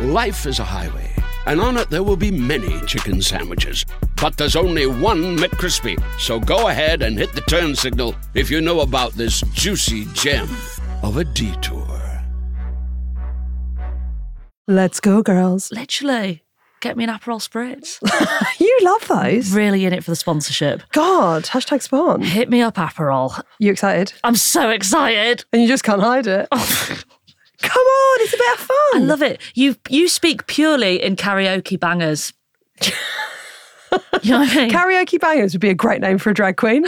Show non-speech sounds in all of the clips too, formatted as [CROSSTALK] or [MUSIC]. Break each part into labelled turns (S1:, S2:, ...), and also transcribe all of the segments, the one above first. S1: Life is a highway, and on it there will be many chicken sandwiches. But there's only one McCrispy. So go ahead and hit the turn signal if you know about this juicy gem of a detour.
S2: Let's go, girls.
S3: Literally. Get me an Aperol Spritz. [LAUGHS]
S2: you love those.
S3: really in it for the sponsorship.
S2: God, hashtag spawn.
S3: Hit me up, Aperol.
S2: You excited?
S3: I'm so excited.
S2: And you just can't hide it. Come on, it's a bit of fun.
S3: Oh. I love it. You you speak purely in karaoke bangers. you know what I mean?
S2: Karaoke Bangers would be a great name for a drag
S3: [LAUGHS]
S2: queen.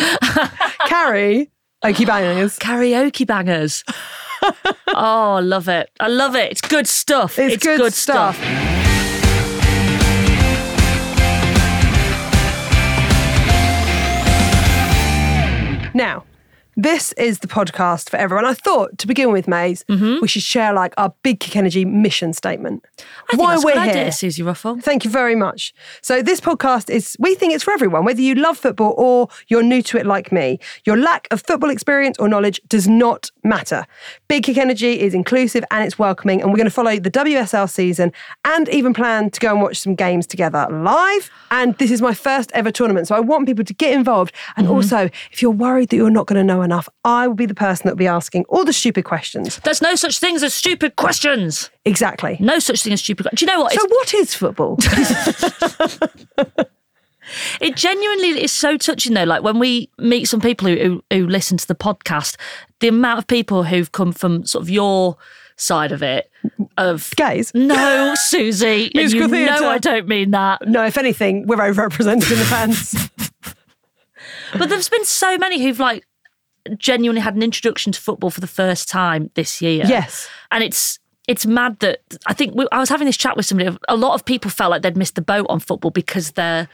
S2: Carrie, Okie Bangers.
S3: karaoke [LAUGHS] bangers. oh, I love it. I love it. It's good stuff.
S2: It's, good, stuff. Now, this is the podcast for everyone. I thought to begin with, Maze, we should share like our big kick energy mission statement.
S3: Mm-hmm. I think that's a good idea, Susie Ruffle.
S2: Thank you very much. So this podcast is we think it's for everyone, whether you love football or you're new to it like me. Your lack of football experience or knowledge does not matter. Big Kick Energy is inclusive and it's welcoming, and we're going to follow the WSL season and even plan to go and watch some games together live. And this is my first ever tournament, so I want people to get involved.
S3: Mm-hmm.
S2: And also, if you're worried that you're not going to know enough, I will be the person that will be asking all the stupid questions.
S3: There's no such things as stupid questions.
S2: Exactly.
S3: No such thing as stupid. que- Do you know what?
S2: So
S3: It's-
S2: what is
S3: [LAUGHS]
S2: football?
S3: It genuinely is so touching though. Like when we meet some people who, who who listen to the podcast, the amount of people who've come from sort of your side of it of
S2: Gays.
S3: No, Susie,
S2: [LAUGHS]
S3: and
S2: Musical
S3: you
S2: theatre.
S3: know I don't mean that.
S2: No, if anything, we're overrepresented in the fans.
S3: But there's been so many who've like genuinely had an introduction to football for the first time this year.
S2: Yes.
S3: and it's it's mad that I think we, I was having this chat with somebody. A lot of people felt like they'd missed the boat on football because they're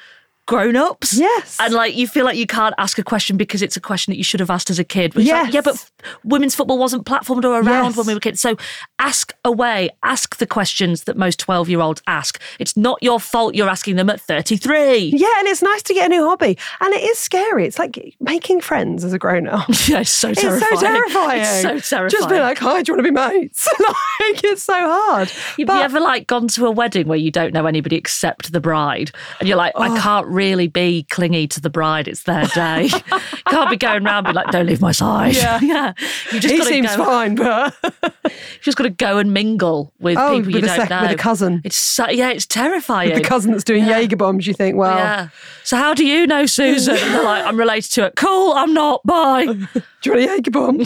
S3: grown ups.
S2: Yes.
S3: and like you feel like you can't ask a question because it's a question that you should have asked as a kid. Which like,
S2: Yes.
S3: yeah, but f- women's football wasn't platformed or around
S2: Yes.
S3: when we were kids. So ask away, ask the questions that most twelve year olds ask. It's not your fault you're asking them at thirty three.
S2: Yeah, and it's nice to get a new hobby. And it is scary. It's like making friends as a grown up.
S3: Yeah, [LAUGHS] it's so
S2: It's
S3: terrifying.
S2: so terrifying.
S3: It's so terrifying.
S2: Just be like, hi, do you want to be mates? [LAUGHS] like, it's so hard.
S3: Have
S2: But-
S3: you ever like gone to a wedding where you don't know anybody except the bride, and you're like,
S2: Oh.
S3: I can't really be clingy to the bride. It's their
S2: [LAUGHS]
S3: day. [LAUGHS] can't be going round be like, don't leave my side.
S2: Yeah.
S3: [LAUGHS] yeah. You just
S2: he
S3: gotta
S2: seems
S3: go,
S2: fine,
S3: [LAUGHS]
S2: but
S3: You just got to go and mingle with
S2: Oh,
S3: people you
S2: with a
S3: don't
S2: sec-
S3: know.
S2: with a cousin.
S3: It's so, yeah, it's terrifying.
S2: the cousin that's doing Jaeger bombs, you think, well,
S3: Yeah. So how do you know Susan? And they're like, I'm related to it. Cool. I'm not.
S2: [LAUGHS]
S3: Bye.
S2: do you want a Jaeger
S3: [LAUGHS]
S2: bomb?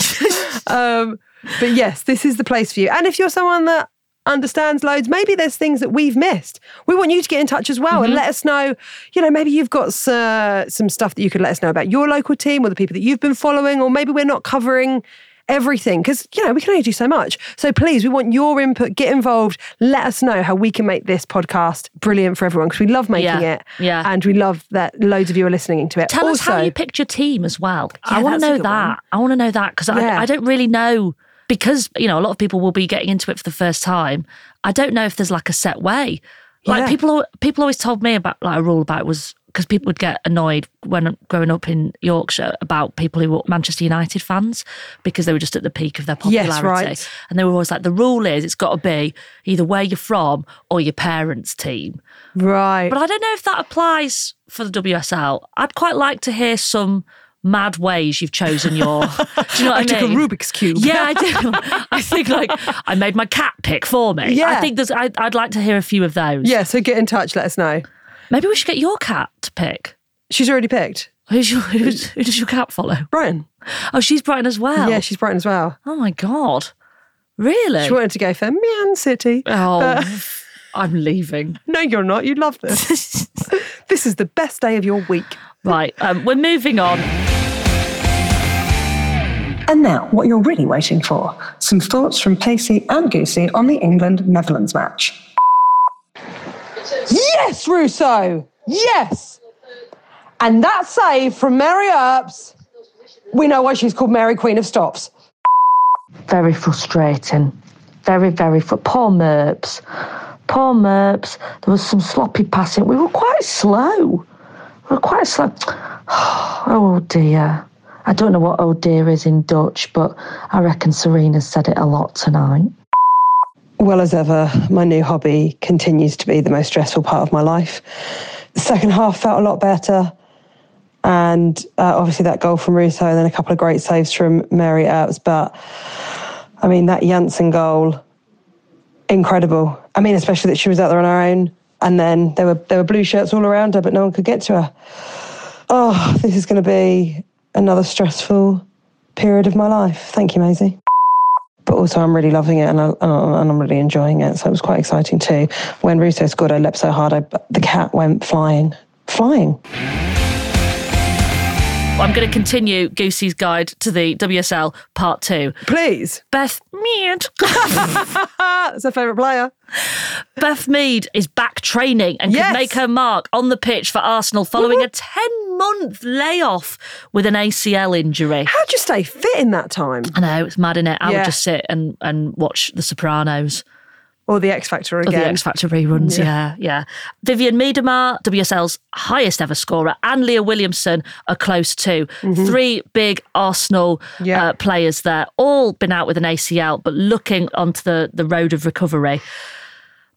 S2: um, but yes, this is the place for you. And if you're someone that understands loads, maybe there's things that we've missed. We want you to get in touch as well and
S3: Mm-hmm.
S2: let us know. You know, maybe you've got uh, some stuff that you could let us know about your local team or the people that you've been following, or maybe we're not covering everything because you know we can only do so much so please we want your input get involved let us know how we can make this podcast brilliant for everyone because we love making
S3: Yeah,
S2: it
S3: yeah.
S2: and we love that loads of you are listening to it
S3: Tell us how
S2: Also-
S3: you picked your team as well.
S2: Yeah,
S3: I want
S2: that's a
S3: to know
S2: good one.
S3: that. I want to know that because
S2: Yeah.
S3: I, I don't really know because you know a lot of people will be getting into it for the first time. I don't know if there's like a set way. Like
S2: Yeah.
S3: people, al- people always told me about like a rule about was because people would get annoyed when growing up in Yorkshire about people who were Manchester United fans because they were just at the peak of their
S2: Yes,
S3: popularity.
S2: right.
S3: And they were always like, the rule is it's got to be either where you're from or your parents' team.
S2: right
S3: But I don't know if that applies for the WSL. I'd quite like to hear some mad ways you've chosen
S2: [LAUGHS]
S3: your. do you know what I,
S2: I took a
S3: mean?
S2: Rubik's Cube.
S3: Yeah,
S2: [LAUGHS]
S3: I do. I think like I made my cat pick for me.
S2: Yeah.
S3: I think there's. I, I'd like to hear a few of those.
S2: Yeah, so get in touch, let us know.
S3: Maybe we should get your cat to pick.
S2: She's already picked.
S3: Who's your, who's, who does your cat follow?
S2: Brighton.
S3: Oh, she's Brighton as well.
S2: Yeah, she's Brighton as well.
S3: oh my god, really?
S2: She wanted to go for Man City.
S3: oh,
S2: Uh.
S3: I'm
S2: [LAUGHS]
S3: leaving.
S2: No, you're not. You love
S4: [LAUGHS]
S2: this. this is the best day of your week.
S3: Right, um, we're moving on.
S2: And
S5: And now, what you're really waiting for some thoughts from Pacey and Goosey on the England Netherlands match.
S4: Yes, Russo. Yes. And that save from Mary Earps. We know why she's called Mary Queen of Stops.
S6: very frustrating. Very, very fr- poor Merps. Poor Merps. There was some sloppy passing. We were quite slow. We were quite slow. [SIGHS] Oh dear. I don't know what oh dear is in Dutch, but I reckon Serena said it a lot tonight.
S4: Well, as ever, my new hobby continues to be the most stressful part of my life. The second half felt a lot better. And uh, obviously, that goal from Russo, and then a couple of great saves from Mary Earps. But I mean, that Janssen goal, incredible. I mean, especially that she was out there on her own. And then there were, there were blue shirts all around her, but no one could get to her. Oh, this is going to be another stressful period of my life. Thank you, Maisie but also I'm really loving it and, I, and I'm really enjoying it. So it was quite exciting too. When Russo scored, I leapt so hard, I, the cat went flying. Flying.
S3: I'm going to continue Goosey's Guide to the WSL Part 2.
S2: Please.
S3: Beth Mead. [LAUGHS]
S2: Ah, That's her favourite player.
S3: Beth Mead is back training and
S2: Yes.
S3: could make her mark on the pitch for Arsenal following a 10 month layoff with an ACL injury.
S2: How'd you stay fit in that time?
S3: I know, it's mad, innit? I
S2: Yeah.
S3: would just sit and, and watch The Sopranos
S2: Or the X Factor
S3: or
S2: again.
S3: the X Factor reruns. Yeah. yeah, Vivian Miedemar, WSL's highest ever scorer, and Leah Williamson are close too. Three big Arsenal
S2: Yeah.
S3: uh, players there, all been out with an ACL, but looking onto the, the road of recovery.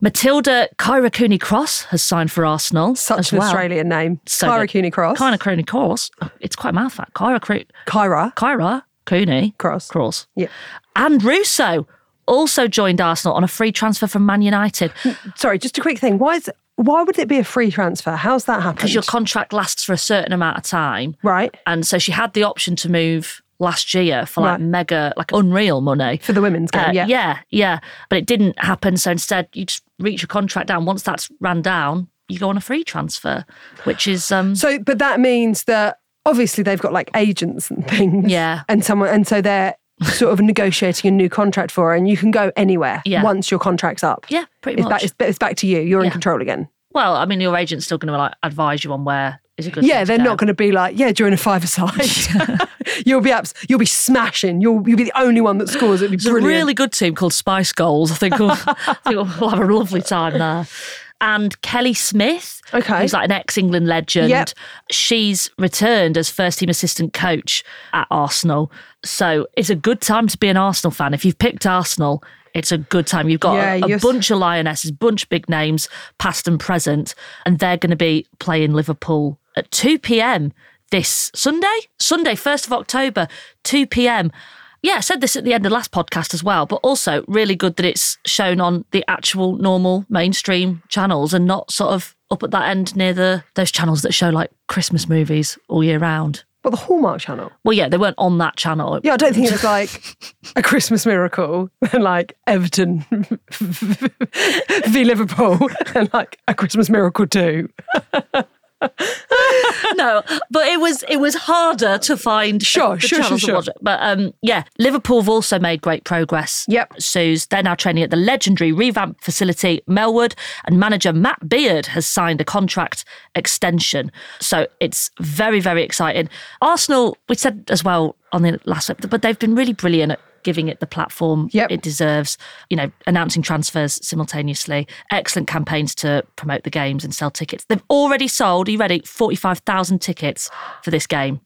S3: Matilda Kairakuni Cross has signed for Arsenal.
S2: Such
S3: as
S2: an
S3: well.
S2: Australian name.
S3: So
S2: Kyra
S3: good.
S2: Cooney Cross.
S3: Kyra Cooney Cross. It's quite a mouthful. Kyra, Cro-
S2: Kyra.
S3: Kyra Cooney
S2: Cross.
S3: Cross.
S2: Yeah.
S3: And Russo also joined Arsenal on a free transfer from Man United
S2: Sorry, just a quick thing. Why is why would it be a free transfer? How's that happened?
S3: because your contract lasts for a certain amount of time.
S2: right
S3: And so she had the option to move last year for like
S2: Right.
S3: mega, like unreal money.
S2: for the women's game.
S3: Uh,
S2: yeah.
S3: yeah, yeah. But it didn't happen. So instead, you just reach your contract down. Once that's ran down, you go on a free transfer, which is um,
S2: So, but that means that obviously they've got like agents and things.
S3: Yeah.
S2: And someone, and so they're sort of negotiating a new contract for, her and you can go anywhere
S3: Yeah.
S2: once your contract's up.
S3: yeah, pretty
S2: It's
S3: much.
S2: back, it's, it's back to you. You're in
S3: Yeah.
S2: control again.
S3: well, I mean, your agent's still going to like advise you on where is a good.
S2: Yeah,
S3: thing to
S2: they're
S3: go.
S2: not going to be like, yeah, during a
S3: [LAUGHS]
S2: five-a-side, [LAUGHS] you'll be abs- you'll be smashing. You'll you'll be the only one that scores. It'd be
S3: There's a
S2: brilliant.
S3: really good team called Spice Goals. I
S2: [LAUGHS]
S3: think we'll, I think we'll have a lovely time there. And Kelly Smith,
S2: Okay.
S3: who's like an ex England legend,
S2: Yep.
S3: she's returned as first team assistant coach at Arsenal. So it's a good time to be an Arsenal fan. If you've picked Arsenal, it's a good time. You've got
S2: Yeah,
S3: a, a
S2: you're s-
S3: bunch of lionesses, bunch of big names, past and present, and they're going to be playing Liverpool at 2 p.m. this Sunday, Sunday, 1st of October, 2 p.m. Yeah, I said this at the end of last podcast as well, but also really good that it's shown on the actual normal mainstream channels and not sort of up at that end near the those channels that show like Christmas movies all year round.
S2: But the Hallmark Channel.
S3: Well, yeah, they weren't on that channel.
S2: Yeah, I don't think it was like a Christmas miracle and like Everton v Liverpool and like a Christmas miracle too.
S3: [LAUGHS] no, but it was it was harder to find
S2: Sure,
S3: the
S2: sure, sure,
S3: channels to
S2: sure.
S3: watch it. But um, yeah, Liverpool have also made great progress.
S2: Yep.
S3: Sue's they're now training at the legendary revamped facility Melwood, and manager Matt Beard has signed a contract extension. So it's very very exciting. Arsenal, we said as well on the last episode, but they've been really brilliant at giving it the platform
S2: Yep.
S3: it deserves. You know, announcing transfers simultaneously, excellent campaigns to promote the games and sell tickets. They've already sold, are you ready, 45,000 tickets for this game.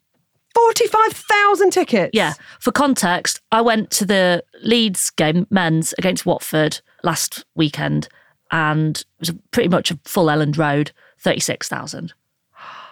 S2: Forty-five thousand tickets.
S3: Yeah. For context, I went to the Leeds game, men's, against Watford last weekend, and it was pretty much a full Elland Road, 36,000.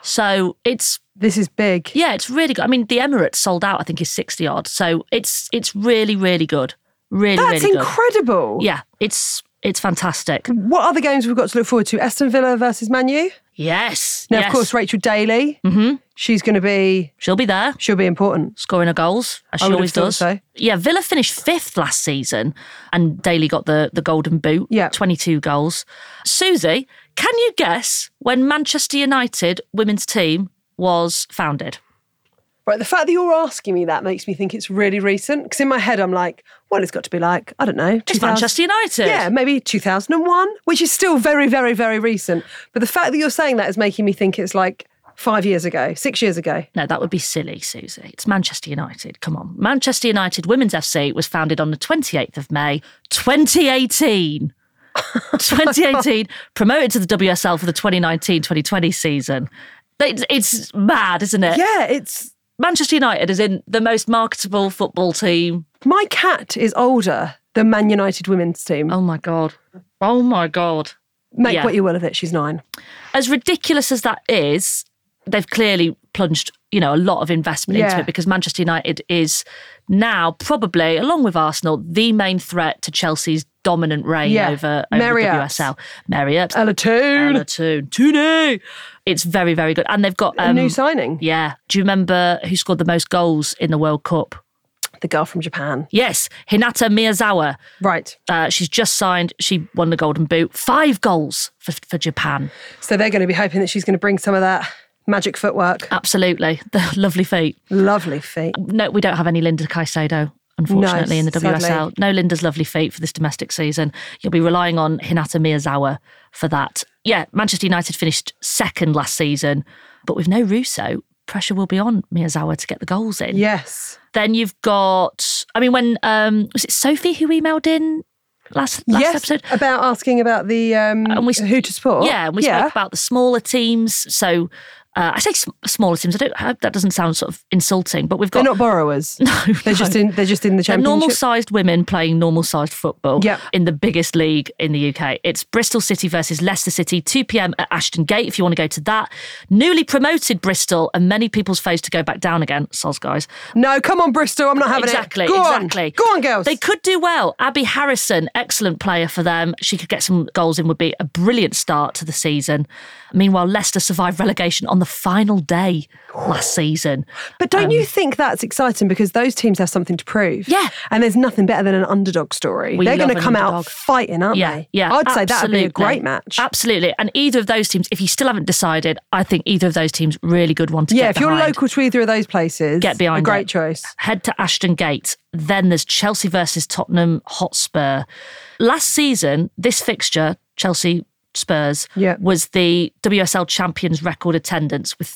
S3: So it's
S2: this is big.
S3: yeah, it's really good. I mean, the Emirates sold out. I think is sixty odd. So it's it's really really good. Really
S2: That's
S3: really good.
S2: incredible.
S3: Yeah, it's it's fantastic.
S2: What other games we've got to look forward to? Aston Villa versus Manu.
S3: Yes.
S2: Now,
S3: yes.
S2: of course, Rachel Daly. Mm-hmm. She's going to be.
S3: she'll be there
S2: She'll be important.
S3: scoring her goals as
S2: I
S3: she
S2: would have
S3: always
S2: thought
S3: does.
S2: so.
S3: Yeah, Villa finished fifth last season, and Daly got the the golden boot.
S2: Yeah.
S3: twenty two goals. Susie, can you guess when Manchester United women's team was founded?
S2: But Right, the fact that you're asking me that makes me think it's really recent because in my head I'm like, well, it's got to be like I don't know, 2000
S3: Manchester United.
S2: Yeah, maybe 2001, which is still very, very, very recent. But the fact that you're saying that is making me think it's like five years ago, six years ago.
S3: No, that would be silly, Susie. It's Manchester United. Come on. Manchester United Women's FC was founded on the 28th of May, 2018. 2018, promoted to the WSL for the 2019 2020 season. It's, it's mad, isn't it?
S2: Yeah, it's
S3: Manchester United is in the most marketable football team.
S2: my cat is older than Man United women's team.
S3: Oh my God. Oh my God.
S2: Make
S3: yeah.
S2: what you will of it. She's nine.
S3: as ridiculous as that is, they've clearly plunged, you know, a lot of investment
S2: Yeah.
S3: into it because Manchester United is now probably, along with Arsenal, the main threat to Chelsea's dominant reign
S2: Yeah.
S3: over, over the
S2: Marriott. Uh,
S3: WSL. Marriott,
S2: Ella Toon,
S3: Ella Toon, Tooney. It's very, very good, and they've got
S2: a
S3: um,
S2: new signing.
S3: yeah. Do you remember who scored the most goals in the World Cup?
S2: The girl from Japan.
S3: Yes, Hinata Miyazawa.
S2: Right.
S3: Uh, she's just signed. She won the Golden Boot. Five goals for, for Japan.
S2: So they're going to be hoping that she's going to bring some of that magic footwork.
S3: Absolutely, [LAUGHS] the lovely feat.
S2: Lovely feet.
S3: no, we don't have any Linda Caicedo, unfortunately, in the
S2: sadly.
S3: WSL. No Linda's lovely feat for this domestic season. You'll be relying on Hinata Miyazawa for that. Yeah, Manchester United finished second last season, but with no Russo, pressure will be on Miyazawa to get the goals in.
S2: Yes.
S3: Then you've got, I mean, when um was it Sophie who emailed in last last
S2: yes.
S3: episode?
S2: About asking about the um,
S3: And we-
S2: who to support.
S3: Yeah, and we spoke about the smaller teams. So uh, I say sm- smaller teams. I don't. I hope that doesn't sound sort of insulting, but we've got
S2: They're
S3: [LAUGHS]
S2: not borrowers.
S3: no.
S2: They're just in. They're just in the
S3: They're
S2: championship.
S3: normal sized women playing normal sized football
S2: Yep.
S3: in the biggest league in the UK. It's Bristol City versus Leicester City, 2 pm at Ashton Gate, if you want to go to that. Newly promoted Bristol, and many people's face to go back down again. Soz guys.
S2: No, come on, Bristol. I'm not having
S3: exactly,
S2: it. Go
S3: exactly.
S2: On. Go on, girls.
S3: They could do well. Abby Harrison, excellent player for them. She could get some goals in, would be a brilliant start to the season. Meanwhile, Leicester survived relegation on the final day last season.
S2: but don't you think that's exciting because those teams have something to prove?
S3: Um, Yeah.
S2: And there's nothing better than an underdog story.
S3: We
S2: They're
S3: love
S2: going to
S3: an
S2: come out
S3: underdog.
S2: fighting, aren't
S3: Yeah,
S2: they?
S3: yeah.
S2: I'd say that would be a
S3: absolutely.
S2: great match.
S3: Absolutely. And either of those teams, if you still haven't decided, I think either of those teams really good one to
S2: yeah,
S3: get
S2: if you're
S3: behind.
S2: local to either of those places,
S3: Get behind
S2: a great
S3: it.
S2: choice.
S3: Head to Ashton Gate. Then there's Chelsea versus Tottenham Hotspur. Last season, this fixture, Chelsea Spurs,
S2: Yeah.
S3: was the WSL champions record attendance with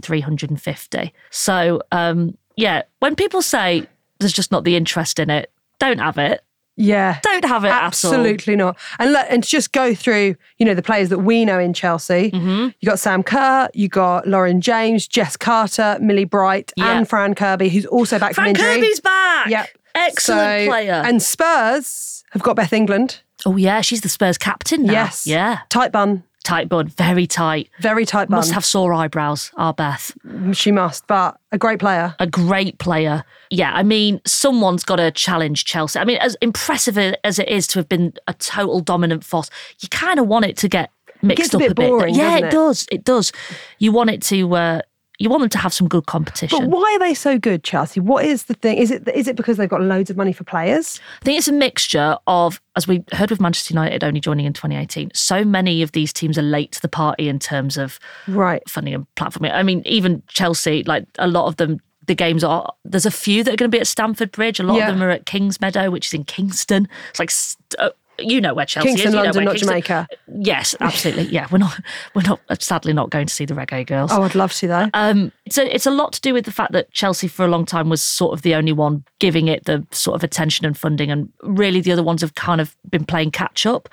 S3: 38,350. So, um, yeah, when people say there's just not the interest in it, don't have it.
S2: Yeah.
S3: Don't have it at all.
S2: Absolutely not. And let, and to just go through, you know, the players that we know in Chelsea.
S3: Mm-hmm.
S2: You got Sam Kerr, you got Lauren James, Jess Carter, Millie Bright,
S3: Yeah.
S2: and Fran Kirby, who's also back
S3: Frank
S2: from injury.
S3: Kirby's back.
S2: Yep.
S3: Excellent
S2: So-
S3: player.
S2: And Spurs have got Beth England.
S3: oh yeah, she's the Spurs captain now.
S2: Yes.
S3: Yeah.
S2: Tight bun.
S3: Tight bun, very tight.
S2: Very tight bun.
S3: Must have sore eyebrows, our Beth.
S2: she must, but a great player.
S3: A great player. Yeah, I mean, someone's got to challenge Chelsea. I mean, as impressive a- as it is to have been a total dominant force, you kind of want it to get mixed
S2: a
S3: up
S2: bit boring,
S3: Yeah,
S2: doesn't it?
S3: does. It does. You want it to. Uh, you want them to have some good competition.
S2: But why are they so good, Chelsea? What is the thing? Is it is it because they've got loads of money for players?
S3: I think it's a mixture of, as we heard with Manchester United only joining in 2018, so many of these teams are late to the party in terms of
S2: Right.
S3: funding and platforming. I mean, even Chelsea, like a lot of them, the games are, there's a few that are going to be at Stamford Bridge. A lot
S2: Yeah.
S3: of them are at Kings Meadow, which is in Kingston. It's like, st- uh, you know where Chelsea
S2: Kingston,
S3: is. You know
S2: London,
S3: where
S2: not
S3: Kingston-
S2: Jamaica.
S3: Yes, absolutely. Yeah, we're not, we're not, sadly not going to see the Reggae Girls.
S2: Oh, I'd love to though.
S3: Um, it's a, it's a lot to do with the fact that Chelsea for a long time was sort of the only one giving it the sort of attention and funding, and really the other ones have kind of been playing catch up.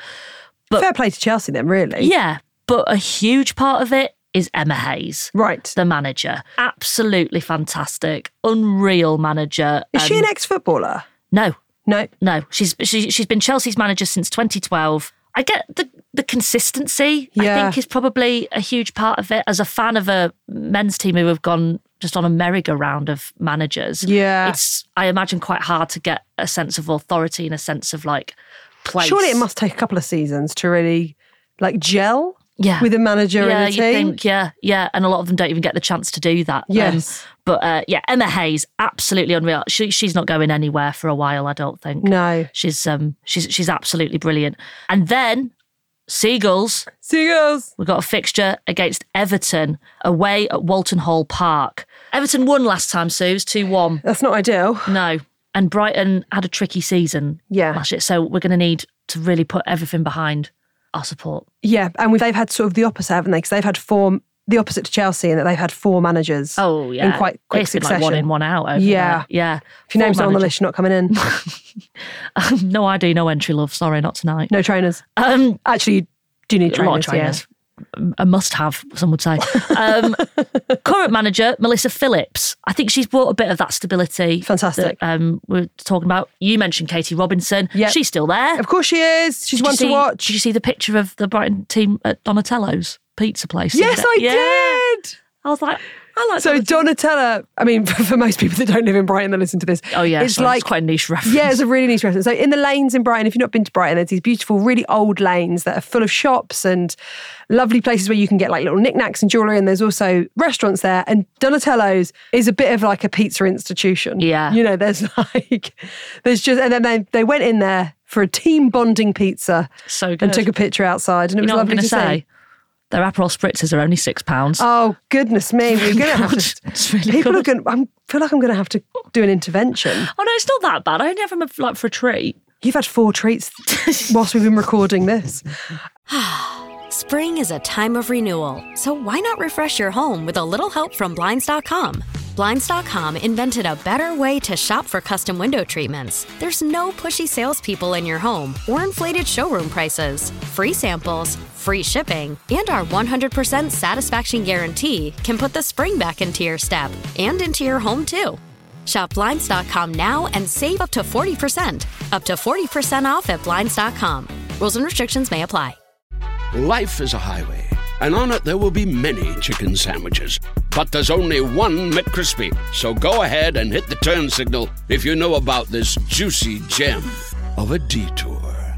S2: Fair play to Chelsea then, really.
S3: Uh, Yeah, but a huge part of it is Emma Hayes,
S2: Right.
S3: the manager. Absolutely fantastic, unreal manager.
S2: Is she an
S3: Um,
S2: ex-footballer?
S3: no,
S2: No.
S3: no, she's she, she's been Chelsea's manager since 2012. I get the the consistency. I
S2: Yeah.
S3: think is probably a huge part of it. As a fan of a men's team who have gone just on a merry-go-round of managers,
S2: Yeah.
S3: it's I imagine quite hard to get a sense of authority and a sense of like place.
S2: Surely it must take a couple of seasons to really like gel
S3: yeah.
S2: with a manager
S3: yeah,
S2: and a
S3: you
S2: team.
S3: think, yeah, yeah, and a lot of them don't even get the chance to do that. Um,
S2: Yes.
S3: but uh, yeah, Emma Hayes, absolutely unreal. She, she's not going anywhere for a while, I don't think.
S2: no.
S3: She's um she's she's absolutely brilliant. And then Seagulls,
S2: Seagulls.
S3: we've got a fixture against Everton away at Walton Hall Park. Everton won last time, Sue. It was 2 1.
S2: That's not ideal.
S3: No. And Brighton had a tricky season
S2: Yeah.
S3: last year. So we're going to need to really put everything behind our support.
S2: Yeah, and we they've had sort of the opposite, haven't they? Because they've had four, the opposite to Chelsea, in that they've had four managers.
S3: Oh, yeah.
S2: in quite quick
S3: It's been
S2: succession.
S3: like one in, one out. Over
S2: Yeah.
S3: there. Yeah.
S2: If your name's
S3: Four
S2: not on the
S3: managers.
S2: list, you're not coming
S3: [LAUGHS]
S2: in.
S3: no ID, no entry, love. Sorry, not tonight.
S2: No trainers.
S3: Um,
S2: Actually, you do need
S3: a lot
S2: trainers.
S3: of
S2: yeah.
S3: trainers. A must have, some
S2: [LAUGHS]
S3: would say. Um, current manager, Melissa Phillips. I think she's brought a bit of that stability.
S2: Fantastic.
S3: That, um, we're talking about. You mentioned Katie Robinson.
S2: Yeah.
S3: She's still there.
S2: Of course she is. She's
S3: Did you
S2: one to
S3: see-
S2: watch.
S3: Did you see the picture of the Brighton team at Donatello's pizza place?
S2: yes, I
S3: Yeah.
S2: did.
S3: I was like, I like
S2: So Donatella, I mean, [LAUGHS] for, for most people that don't live in Brighton that listen to this,
S3: Oh, yeah.
S2: it's
S3: sorry,
S2: like
S3: it's quite a niche reference.
S2: Yeah, it's
S3: [LAUGHS]
S2: a really nice restaurant. So in the lanes in Brighton, if you've not been to Brighton, there's these beautiful, really old lanes that are full of shops and lovely places where you can get like little knickknacks and jewellery. And there's also restaurants there. And Donatello's is a bit of like a pizza institution.
S3: Yeah.
S2: You know, there's [LAUGHS] like there's just and then they they went in there for a team bonding pizza
S3: So
S2: and
S3: good.
S2: took a picture outside and it
S3: You
S2: was
S3: know what I'm
S2: lovely to
S3: going to
S2: see.
S3: say? Their Aperol spritzers are only £6. pounds.
S2: Oh goodness
S3: [LAUGHS]
S2: me, we're gonna have
S3: God,
S2: to
S3: it's really
S2: people
S3: good.
S2: are gonna I feel like I'm gonna have to do an intervention.
S3: Oh no, it's not that bad. I only have them like for a treat.
S2: You've had four
S3: [LAUGHS]
S2: treats whilst we've been recording this.
S7: Spring is a time of renewal, so why not refresh your home with a little help from Blinds.com? Blinds.com invented a better way to shop for custom window treatments. There's no pushy salespeople in your home or inflated showroom prices. Free samples, free shipping, and our 100% satisfaction guarantee can put the spring back into your step and into your home too. Shop Blinds.com now and save up to 40%. Up to 40% off at Blinds.com. Rules and restrictions may apply.
S1: Life is a highway, and on it there will be many chicken sandwiches. But there's only one McCrispy. So go ahead and hit the turn signal if you know about this juicy gem of a detour.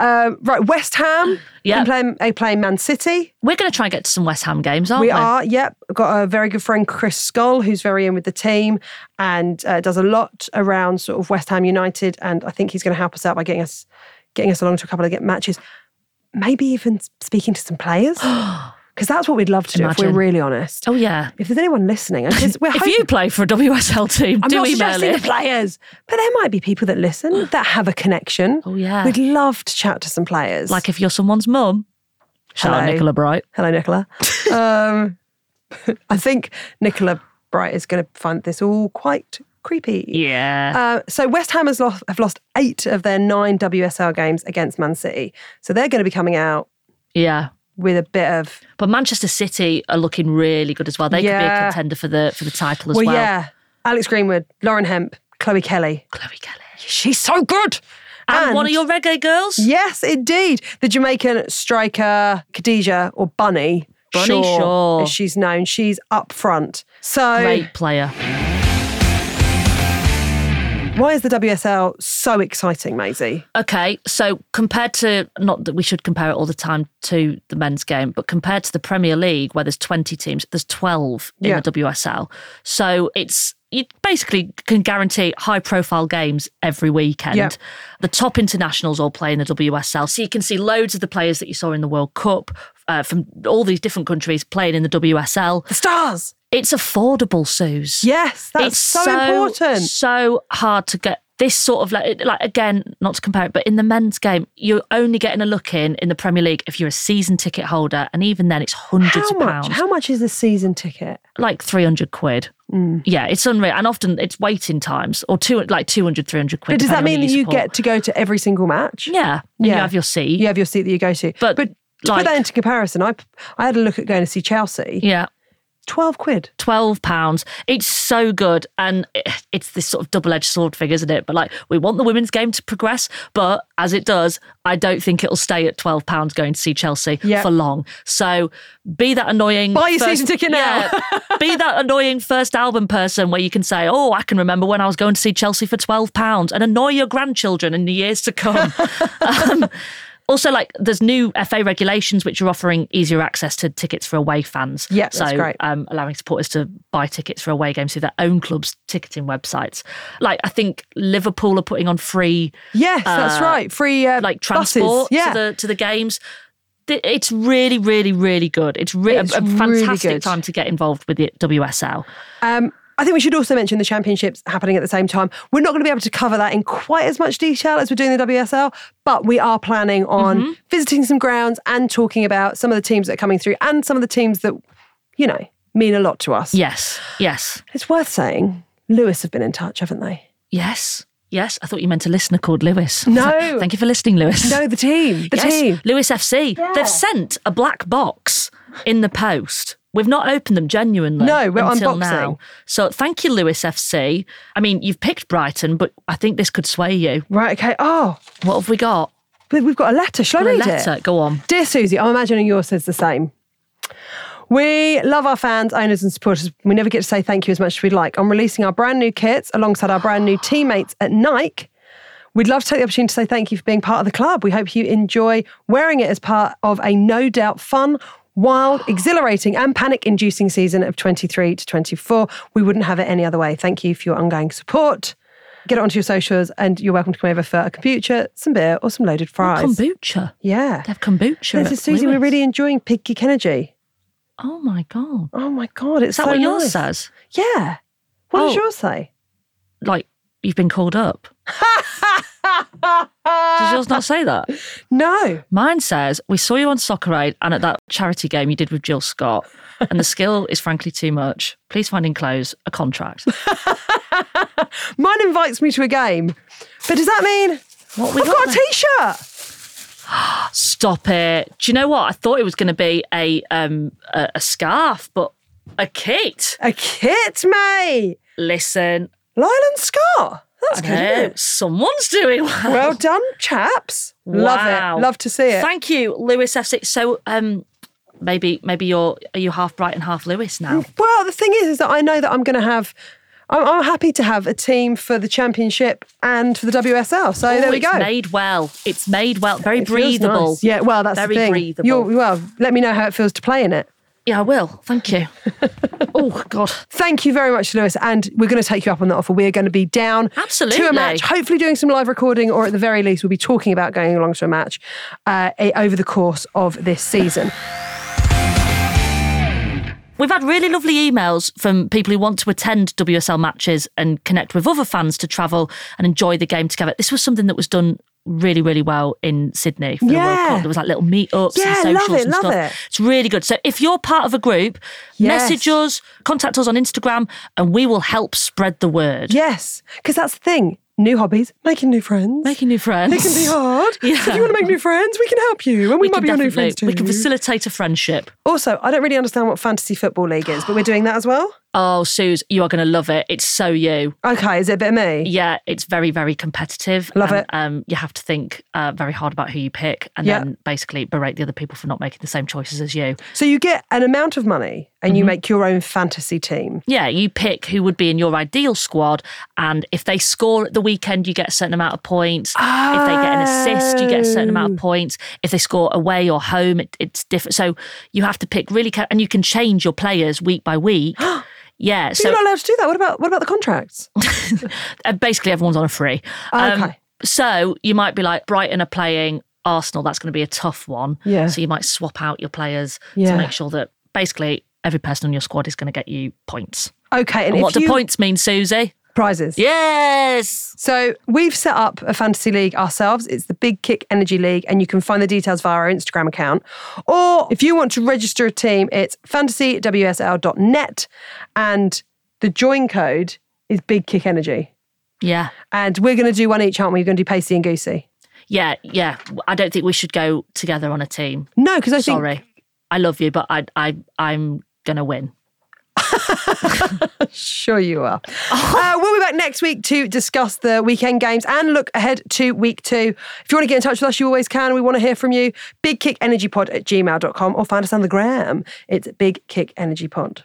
S2: Um, right, West Ham.
S3: [GASPS] Yeah.
S2: Are playing, are playing Man City.
S3: We're going to try and get to some West Ham games, aren't we?
S2: we are, yep. Got a very good friend, Chris Skull, who's very in with the team and uh, does a lot around sort of West Ham United. And I think he's going to help us out by getting us getting us along to a couple of get matches. Maybe even speaking to some
S3: [GASPS]
S2: players. Because that's what we'd love to do if
S3: Imagine.
S2: we're really honest.
S3: Oh yeah.
S2: If there's anyone listening, and
S3: [LAUGHS]
S2: 'cause we're
S3: If
S2: hoping-
S3: you play for a WSL team,
S2: I'm
S3: do
S2: not
S3: email
S2: suggesting
S3: it.
S2: the players, but there might be people that
S3: [GASPS]
S2: listen that have a connection.
S3: Oh, yeah.
S2: We'd love to chat to some players.
S3: Like if you're someone's mum. Shout out
S2: Hello.
S3: Nicola Bright.
S2: Hello,
S3: [LAUGHS]
S2: Nicola. um, I think Nicola Bright is going to find this all quite creepy.
S3: Yeah.
S2: Uh, so West Ham has lost, have lost eight of their nine WSL games against Man City. So they're going to be coming out
S3: yeah.
S2: with a bit of
S3: But Manchester City are looking really good as well. They could be
S2: Yeah.
S3: a contender for the for the title as
S2: well,
S3: well.
S2: yeah, Alex Greenwood, Lauren Hemp, Chloe Kelly.
S3: Chloe Kelly.
S2: She's so good.
S3: And, one of your reggae girls?
S2: Yes, indeed. The Jamaican striker Khadija or Bunny.
S3: Bunny
S2: Shaw,
S3: Shaw.
S2: as she's known. She's up front. So
S3: Great player.
S2: Why is the WSL so exciting, Maisie?
S3: Okay, so compared to not that we should compare it all the time to the men's game, but compared to the Premier League where there's 20 teams, there's 12
S2: Yeah.
S3: in the WSL. So it's you basically can guarantee high profile games every weekend.
S2: Yeah.
S3: The top internationals all play in the WSL. So you can see loads of the players that you saw in the World Cup uh, from all these different countries playing in the WSL.
S2: The stars.
S3: It's affordable, Suze
S2: Yes, that's
S3: it's
S2: so, important.
S3: So hard to get this sort of like, like again, not to compare it, but in the men's game, you're only getting a look in in the Premier League if you're a season ticket holder, and even then, it's hundreds
S2: How
S3: of
S2: much?
S3: pounds,
S2: How much is the season ticket?
S3: like three hundred quid.
S2: Mm.
S3: Yeah, it's unreal, and often it's waiting times or two, like 200, 300 quid.
S2: But does that
S3: depending on
S2: mean
S3: who
S2: that you
S3: support.
S2: get to go to every single match?
S3: Yeah, and you
S2: Yeah.
S3: have your seat.
S2: You have your seat that you go to.
S3: But,
S2: to
S3: like-
S2: put that into comparison, I I had a look at going to see Chelsea.
S3: yeah.
S2: Twelve quid.
S3: 12 pounds it's so good and it- it's this sort of double-edged sword thing isn't it but like we want the women's game to progress but as it does i don't think it'll stay at 12 pounds going to see chelsea
S2: Yeah.
S3: for long so be that annoying
S2: Buy your season ticket now.
S3: yeah, [LAUGHS] be that annoying first album person where you can say oh i can remember when i was going to see chelsea for 12 pounds and annoy your grandchildren in the years
S2: [LAUGHS]
S3: to come um, also, like there's new FA regulations which are offering easier access to tickets for away fans.
S2: Yeah, that's
S3: so
S2: great.
S3: um, allowing supporters to buy tickets for away games through their own clubs' ticketing websites. Like I think Liverpool are putting on free
S2: Yes, that's right. Free uh,
S3: like
S2: buses.
S3: transport
S2: Yeah.
S3: to the to the games. Th- It's really, really, really good. It's, re-
S2: It's
S3: a, a
S2: really
S3: fantastic
S2: good.
S3: time to get involved with the WSL.
S2: Um, I think we should also mention the championships happening at the same time. We're not going to be able to cover that in quite as much detail as we're doing the WSL, but we are planning on
S3: Mm-hmm.
S2: visiting some grounds and talking about some of the teams that are coming through and some of the teams that, you know, mean a lot to us.
S3: Yes, yes,
S2: It's worth saying Lewis have been in touch, haven't they?
S3: yes, yes. I thought you meant a listener called Lewis.
S2: No.
S3: [LAUGHS] Thank you for listening, Lewis.
S2: No, the team. The
S3: yes,
S2: team.
S3: Lewis FC. They've sent a black box in the post. We've not opened them genuinely.
S2: No, we're
S3: until
S2: unboxing.
S3: now. So thank you, Lewis FC. I mean, you've picked Brighton, but I think this could sway you.
S2: Right, okay. Oh,
S3: What have we got?
S2: but we've got a letter. Shall I
S3: Got a
S2: read
S3: letter.
S2: it?
S3: Go on.
S2: Dear Susie, I'm imagining yours says the same. We love our fans, owners, and supporters. We never get to say thank you as much as we'd like. On releasing our brand new kits alongside our brand new teammates at Nike, we'd love to take the opportunity to say thank you for being part of the club. We hope you enjoy wearing it as part of a no doubt fun, wild, exhilarating, and panic inducing season of 23 to 24. We wouldn't have it any other way. Thank you for your ongoing support. Get it onto your socials, and you're welcome to come over for a kombucha, some beer, or some loaded fries.
S3: Kombucha.
S2: yeah.
S3: They have kombucha.
S2: This
S3: at
S2: is Susie. We're
S3: Lewis.
S2: really enjoying Pig Geek Energy.
S3: Oh my god.
S2: Oh my god, it's
S3: Is that
S2: so
S3: what yours
S2: nice.
S3: says?
S2: Yeah. What does
S3: Oh.
S2: yours say?
S3: Like you've been called up. Does yours not say that?
S2: No.
S3: Mine says, We saw you on Soccer Aid and at that charity game you did with Jill Scott, and the skill is frankly too much. Please find enclosed a contract.
S2: Mine invites me to a game. But does that mean
S3: What we
S2: I've got, a t shirt?
S3: Stop it. Do you know what? I thought it was going to be a, um, a, a scarf, but a kit.
S2: A kit, mate.
S3: Listen,
S2: Lylan Scott. That's
S3: I
S2: good. isn't
S3: know,
S2: it?
S3: someone's doing well.
S2: Well done, chaps.
S3: Wow.
S2: Love it. Love to see it.
S3: Thank you, Lewis FC. So, um, maybe maybe you're are you half Brighton, half Lewis now?
S2: Well, the thing is, is that I know that I'm going to have. I'm, I'm happy to have a team for the championship and for the WSL. So there
S3: Oh,
S2: we
S3: it's
S2: go.
S3: made well. It's made well.
S2: It
S3: Very
S2: feels
S3: breathable.
S2: nice. Yeah, well, that's
S3: very
S2: the thing.
S3: breathable.
S2: You're, well, let me know how it feels to play in it.
S3: Yeah, I will.
S2: [LAUGHS]
S3: Thank you. oh God.
S2: Thank you very much, Lewis. And we're going to take you up on that offer. We are going to be down to
S3: Absolutely.
S2: a match, hopefully doing some live recording, or at the very least, we'll be talking about going along to a match uh, eh, over the course of this season.
S3: We've had really lovely emails from people who want to attend WSL matches and connect with other fans to travel and enjoy the game together. This was something that was done really, really well in Sydney for the World
S2: Yeah.
S3: Cup. There was like little meetups
S2: Yeah,
S3: and
S2: love
S3: socials
S2: it,
S3: and
S2: love
S3: stuff.
S2: it.
S3: It's really good. So if you're part of a group,
S2: Yes.
S3: message us, contact us on Instagram, and we will help spread the word.
S2: yes, because that's the thing new hobbies, making new friends.
S3: Making new friends.
S2: it can be
S3: [LAUGHS]
S2: hard.
S3: Yeah.
S2: If you want to make new friends, we can help you, and we, might
S3: can
S2: be your new
S3: definitely-
S2: friends too.
S3: We can facilitate a friendship.
S2: also, I don't really understand what fantasy football league is, but we're doing that as well.
S3: Oh, Suze, you are going to love it. It's so you.
S2: Okay, is it a bit of me?
S3: yeah, it's very, very competitive.
S2: Love
S3: and,
S2: it.
S3: Um, you have to think uh, very hard about who you pick and
S2: Yeah.
S3: then basically berate the other people for not making the same choices as you.
S2: So you get an amount of money, and
S3: Mm-hmm.
S2: you make your own fantasy team.
S3: Yeah, you pick who would be in your ideal squad. And if they score at the weekend, you get a certain amount of points. If they get an assist, you get a certain
S2: Oh.
S3: amount of points. If they score away or home, it, it's different. So you have to pick really, ca- and you can change your players week
S2: [GASPS]
S3: by week. Yeah,
S2: But
S3: so
S2: you're not allowed to do that. What about what about the contracts?
S3: [LAUGHS] uh, basically everyone's on a free.
S2: Oh,
S3: Um,
S2: Okay.
S3: So you might be like Brighton are playing Arsenal. That's going to be a tough one.
S2: Yeah.
S3: So you might swap out your players
S2: Yeah.
S3: to make sure that basically every person on your squad is going to get you points.
S2: Okay, and
S3: And
S2: if
S3: what
S2: you,
S3: do points mean, Susie?
S2: prizes.
S3: Yes.
S2: So we've set up a fantasy league ourselves. It's the Big Kick Energy League, and you can find the details via our Instagram account. Or if you want to register a team, it's fantasywsl.net, and the join code is Big Kick Energy.
S3: Yeah.
S2: And we're going to do one each, aren't we? We're going to do Pacey and Goosey.
S3: Yeah. Yeah. I don't think we should go together on a team.
S2: No, because I think
S3: Sorry. I love you, but I I I'm gonna win.
S2: Sure, you are. Uh, we'll be back next week to discuss the weekend games and look ahead to week two. If you want to get in touch with us, you always can. We want to hear from you. BigKickEnergyPod at gmail.com or find us on the gram. It's Big Kick Energy Pod.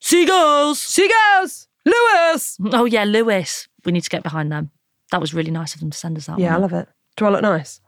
S3: Seagulls.
S2: See you girls! Lewis!
S3: Oh yeah, Lewis. We need to get behind them. That was really nice of them to send us that.
S2: Yeah, I
S3: one.
S2: love it. Do I look nice?